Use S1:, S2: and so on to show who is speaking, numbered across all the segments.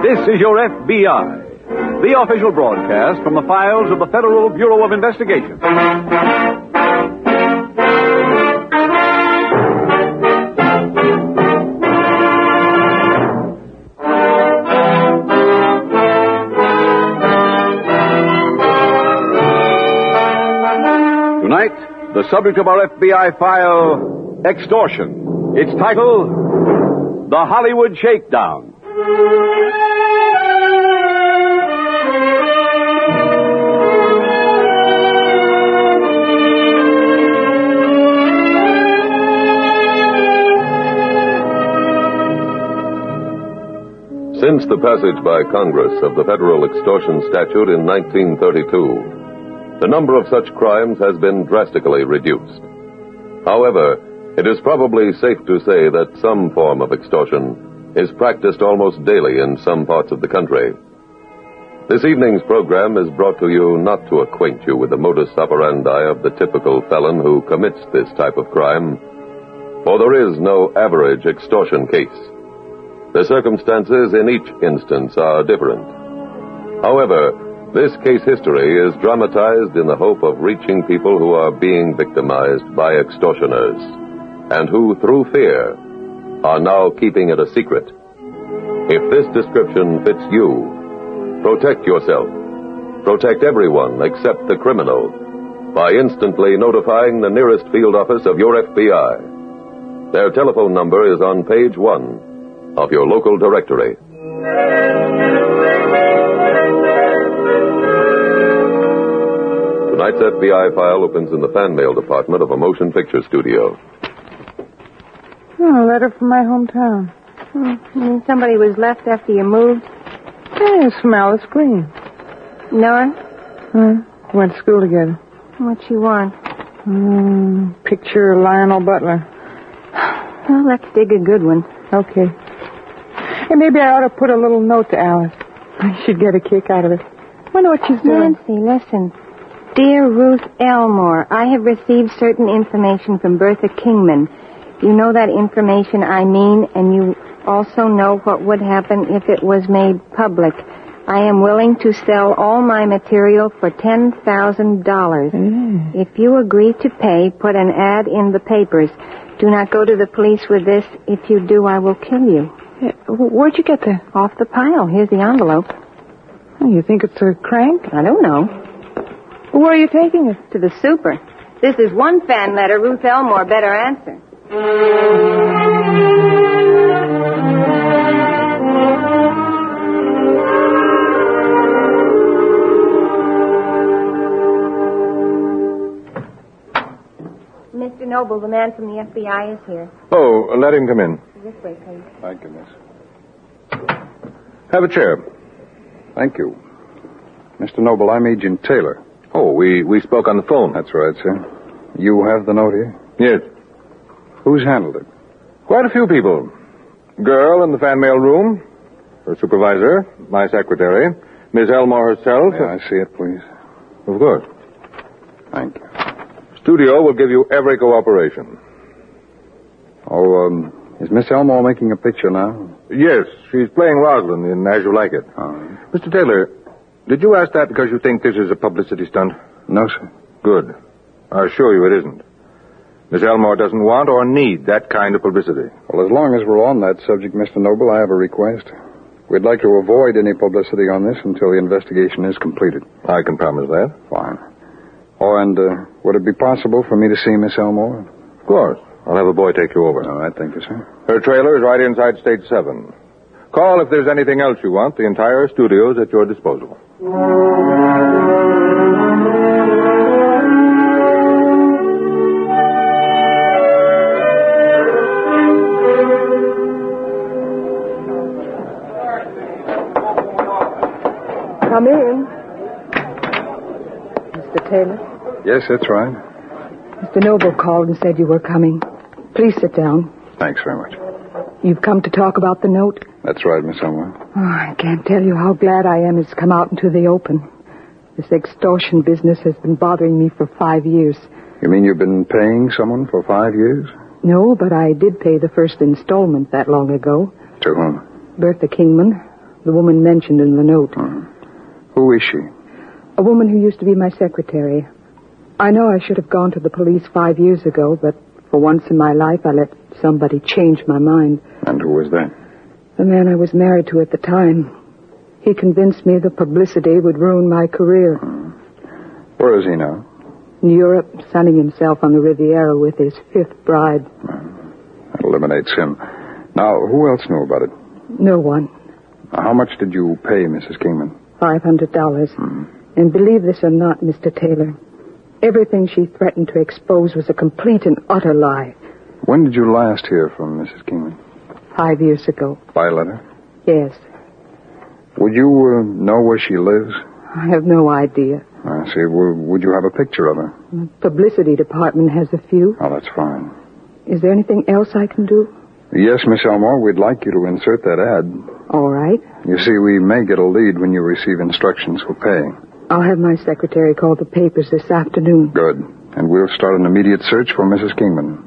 S1: This is your FBI, the official broadcast from the files of the Federal Bureau of Investigation. Tonight, the subject of our FBI file, extortion. Its title, The Hollywood Shakedown.
S2: Since the passage by Congress of the federal extortion statute in 1932, the number of such crimes has been drastically reduced. However, it is probably safe to say that some form of extortion is practiced almost daily in some parts of the country. This evening's program is brought to you not to acquaint you with the modus operandi of the typical felon who commits this type of crime, for there is no average extortion case. The circumstances in each instance are different. However, this case history is dramatized in the hope of reaching people who are being victimized by extortioners and who, through fear, are now keeping it a secret. If this description fits you, protect yourself. Protect everyone except the criminal by instantly notifying the nearest field office of your FBI. Their telephone number is on page one of your local directory. Tonight's FBI file opens in the fan mail department of a motion picture studio.
S3: Oh, a letter from my hometown. Hmm. You mean somebody was left after you moved? Yeah, I smell is green. Nora? Hmm. Went to school together. What she want? Hmm. Picture Lionel Butler. Well, let's dig a good one. Okay. And maybe I ought to put a little note to Alice. I should get a kick out of it. Wonder what she's doing.
S4: Nancy, listen. Dear Ruth Elmore, I have received certain information from Bertha Kingman. You know that information I mean, and you also know what would happen if it was made public. I am willing to sell all my material for $10,000.
S3: Mm.
S4: If you agree to pay, put an ad in the papers. Do not go to the police with this. If you do, I will kill you.
S3: Where'd you get that?
S4: Off the pile. Here's the envelope.
S3: Oh, you think it's a crank?
S4: I don't know.
S3: Where are you taking it?
S4: To the super. This is one fan letter Ruth Elmore better answer. Mr. Noble, the man from the FBI is here.
S1: Oh, let him come in.
S4: This way, please.
S1: Thank you, miss. Have a chair. Thank you. Mr. Noble, I'm Agent Taylor.
S2: Oh, we, we spoke on the phone.
S1: That's right, sir. You have the note here?
S2: Yes.
S1: Who's handled it?
S2: Quite a few people. Girl in the fan mail room, her supervisor, my secretary, Miss Elmore herself.
S1: May I see it, please?
S2: Of course.
S1: Thank you.
S2: Studio will give you every cooperation.
S1: Oh, um, is Miss Elmore making a picture now?
S2: Yes, she's playing Rosalind in As You Like It.
S1: Oh.
S2: Mr. Taylor,
S5: Did you ask that because you think this is a publicity stunt?
S6: No, sir.
S5: Good. I assure you it isn't. Miss Elmore doesn't want or need that kind of publicity.
S6: Well, as long as we're on that subject, Mr. Noble, I have a request. We'd like to avoid any publicity on this until the investigation is completed.
S5: I can promise that.
S6: Fine. Oh, and uh, would it be possible for me to see Miss Elmore?
S5: Of course. I'll have a boy take you over.
S6: All right, thank you, sir.
S5: Her trailer is right inside Stage 7. Call if there's anything else you want. The entire studio's at your disposal.
S3: Come in. Mr. Taylor,
S6: Yes, that's right.
S3: Mr. Noble called and said you were coming. Please sit down.
S6: Thanks very much.
S3: You've come to talk about the note?
S6: That's right, Miss Elmore.
S3: Oh, I can't tell you how glad I am it's come out into the open. This extortion business has been bothering me for five years.
S6: You mean you've been paying someone for five years?
S3: No, but I did pay the first installment that long ago.
S6: To whom?
S3: Bertha Kingman, the woman mentioned in the note.
S4: Mm.
S6: Who is she?
S3: A woman who used to be my secretary. I know I should have gone to the police five years ago, but for once in my life I let somebody change my mind.
S6: And who was that?
S3: The man I was married to at the time. He convinced me the publicity would ruin my career.
S6: Where is he now?
S3: In Europe, sunning himself on the Riviera with his fifth bride.
S6: That eliminates him. Now, who else knew about it?
S3: No one.
S6: Now, How much did you pay Mrs. Kingman?
S3: Five hundred dollars. And believe this or not, Mr. Taylor, everything she threatened to expose was a complete and utter lie.
S6: When did you last hear from Mrs. Kingman?
S3: Five years ago.
S6: By letter.
S3: Yes.
S6: Would you uh, know where she lives?
S3: I have no idea.
S6: I see. W- would you have a picture of her?
S3: The publicity department has a few.
S6: Oh, that's fine.
S3: Is there anything else I can do?
S6: Yes, Miss Elmore, we'd like you to insert that ad.
S3: All right.
S6: You see, we may get a lead when you receive instructions for paying.
S3: I'll have my secretary call the papers this afternoon.
S6: Good. And we'll start an immediate search for Mrs. Kingman.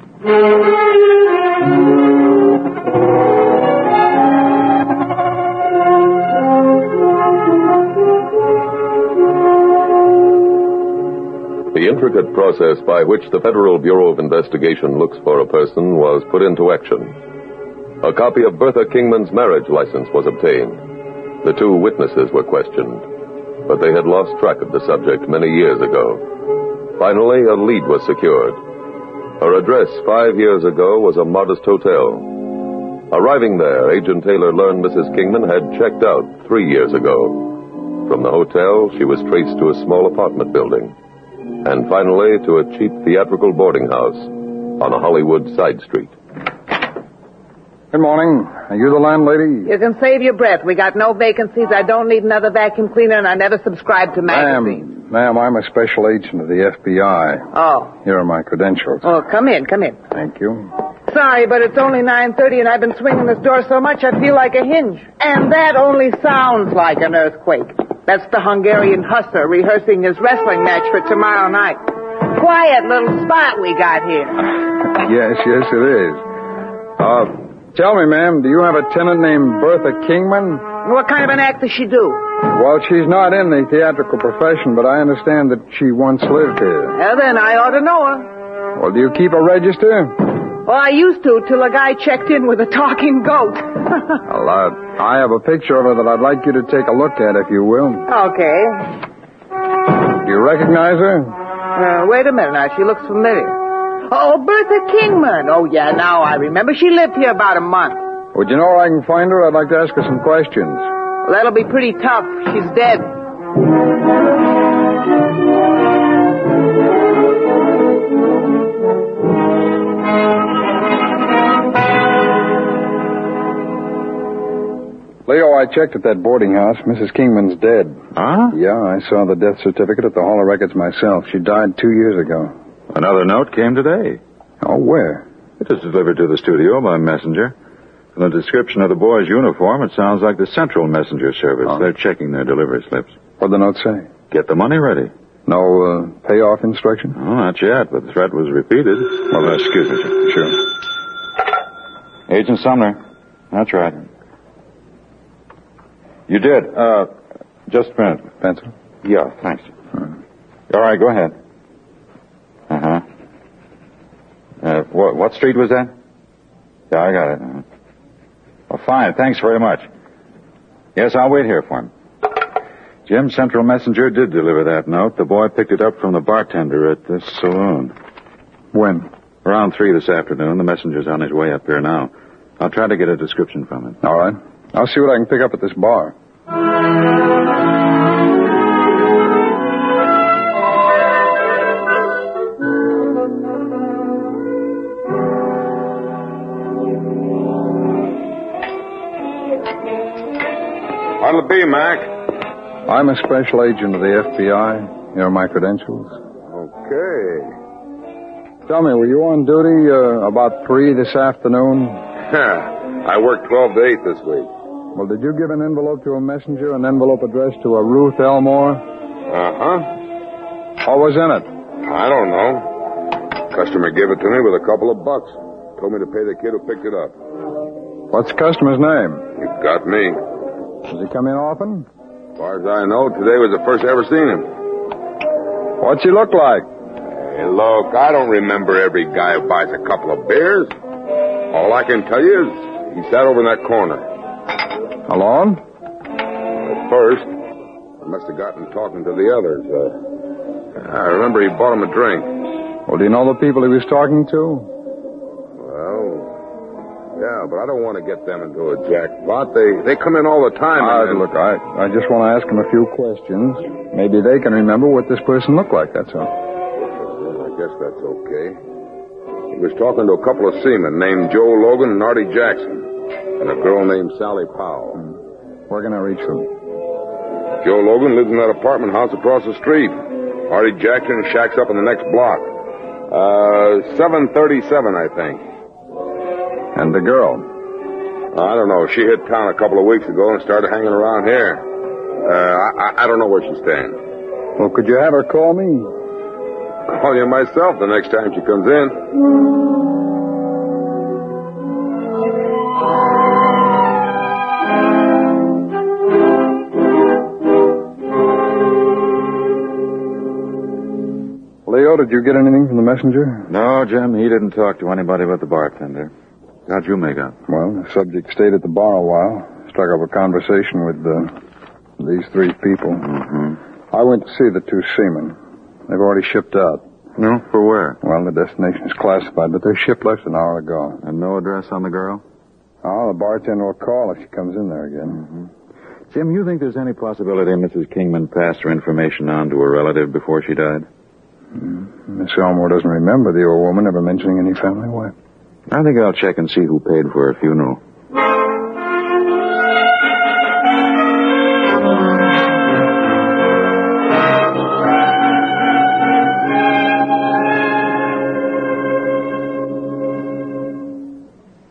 S2: The intricate process by which the Federal Bureau of Investigation looks for a person was put into action. A copy of Bertha Kingman's marriage license was obtained. The two witnesses were questioned, but they had lost track of the subject many years ago. Finally, a lead was secured. Her address five years ago was a modest hotel. Arriving there, Agent Taylor learned Mrs. Kingman had checked out three years ago. From the hotel, she was traced to a small apartment building and finally to a cheap theatrical boarding house on a Hollywood side street.
S6: Good morning. Are you the landlady?
S7: You can save your breath. We got no vacancies. I don't need another vacuum cleaner, and I never subscribe to magazines.
S6: Ma'am, ma'am, I'm a special agent of the FBI.
S7: Oh.
S6: Here are my credentials.
S7: Oh, come in, come in.
S6: Thank you.
S7: Sorry, but it's only 9.30, and I've been swinging this door so much I feel like a hinge. And that only sounds like an earthquake. That's the Hungarian hussar rehearsing his wrestling match for tomorrow night. Quiet little spot we got here.
S6: Yes, yes, it is. Uh, tell me, ma'am, do you have a tenant named Bertha Kingman?
S7: What kind of an act does she do?
S6: Well, she's not in the theatrical profession, but I understand that she once lived here.
S7: Well, then I ought to know her.
S6: Well, do you keep a register?
S7: Well, I used to till a guy checked in with a talking goat.
S6: Well, uh, I have a picture of her that I'd like you to take a look at, if you will.
S7: okay.
S6: Do you recognize her?
S7: Uh, wait a minute now. She looks familiar. Oh, Bertha Kingman. Oh, yeah, now I remember. She lived here about a month.
S6: Would you know where I can find her? I'd like to ask her some questions.
S7: Well, that'll be pretty tough. She's dead.
S6: Leo, I checked at that boarding house. Mrs. Kingman's dead.
S8: Huh?
S6: Yeah, I saw the death certificate at the Hall of Records myself. She died two years ago.
S8: Another note came today.
S6: Oh, where?
S8: It was delivered to the studio by messenger. From the description of the boy's uniform, it sounds like the Central Messenger Service. They're checking their delivery slips.
S6: What'd the note say?
S8: Get the money ready.
S6: No uh, payoff instruction?
S8: Well, not yet, but the threat was repeated. Well, uh, excuse me, sir. Sure. Agent Sumner. That's right. You did. Uh, Just a minute. Pencil? Yeah, thanks. All right, go ahead. Uh-huh. Uh, what, what street was that? Yeah, I got it. Uh-huh. Well, fine, thanks very much. Yes, I'll wait here for him. Jim, Central Messenger did deliver that note. The boy picked it up from the bartender at this saloon. When? Around three this afternoon. The messenger's on his way up here now. I'll try to get a description from him.
S6: All right. I'll see what I can pick up at this bar.
S5: What'll it be, Mac?
S6: I'm a special agent of the FBI. Here are my credentials.
S5: Okay.
S6: Tell me, were you on duty uh, about three this afternoon?
S5: I worked 12 to 8 this week.
S6: Well, did you give an envelope to a messenger, an envelope addressed to a Ruth Elmore?
S5: Uh-huh.
S6: What was in it?
S5: I don't know. Customer gave it to me with a couple of bucks. Told me to pay the kid who picked it up.
S6: What's the customer's name?
S5: It got me.
S6: Does he come in often?
S5: As far as I know, today was the first I ever seen him.
S6: What's he look like?
S5: Hey, look, I don't remember every guy who buys a couple of beers. All I can tell you is he sat over in that corner.
S6: Alone?
S5: At first, I must have gotten talking to the others. Uh, I remember he bought him a drink.
S6: Well, do you know the people he was talking to?
S5: Well, yeah, but I don't want to get them into a jackpot. They they come in all the time.
S6: Ah,
S5: and-
S6: look, I, I just want to ask him a few questions. Maybe they can remember what this person looked like, that's all.
S5: Well, I guess that's okay. He was talking to a couple of seamen named Joe Logan and Artie Jackson, and a girl named Sally Powell.
S6: We're going to reach them.
S5: Joe Logan lives in that apartment house across the street. Artie Jackson shacks up in the next block. Uh, 737, I think.
S6: And the girl?
S5: I don't know. She hit town a couple of weeks ago and started hanging around here. Uh, I- I, I don't know where she stands.
S6: Well, could you have her call me?
S5: I'll call you myself the next time she comes in.
S6: Leo, did you get anything from the messenger?
S8: No, Jim, he didn't talk to anybody but the bartender. How'd you make out?
S6: Well, the subject stayed at the bar a while, struck up a conversation with uh, these three people.
S8: Mm-hmm.
S6: I went to see the two seamen. They've already shipped out.
S8: No, for where?
S6: Well, the destination is classified, but their ship left an hour ago.
S8: And no address on the girl?
S6: Oh, the bartender will call if she comes in there again.
S8: Jim, you think there's any possibility Mrs. Kingman passed her information on to a relative before she died?
S6: Mm-hmm. Miss Elmore doesn't remember the old woman ever mentioning any family way.
S8: I think I'll check and see who paid for her funeral.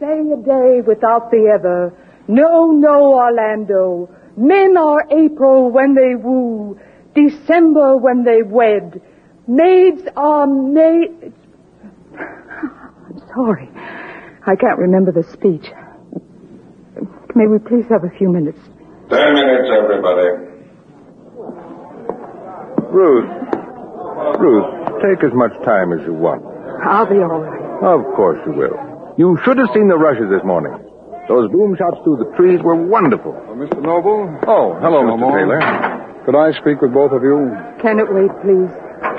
S9: Say a day without the other. No, no, Orlando. Men are April when they woo, December when they wed. Maids are May.
S4: I'm sorry. I can't remember the speech. May we please have a few minutes?
S5: Ten minutes, everybody. Rude. Ruth, take as much time as you want.
S9: I'll be all right.
S5: Of course you will. You should have seen the rushes this morning. Those boom shots through the trees were wonderful.
S6: Mr. Uh, Noble?
S5: Oh, hello, Mr.
S6: Elmore.
S5: Taylor.
S6: Could I speak with both of you?
S9: Can it wait, please?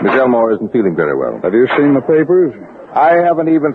S5: Miss Elmore isn't feeling very well.
S6: Have you seen the papers?
S5: I haven't even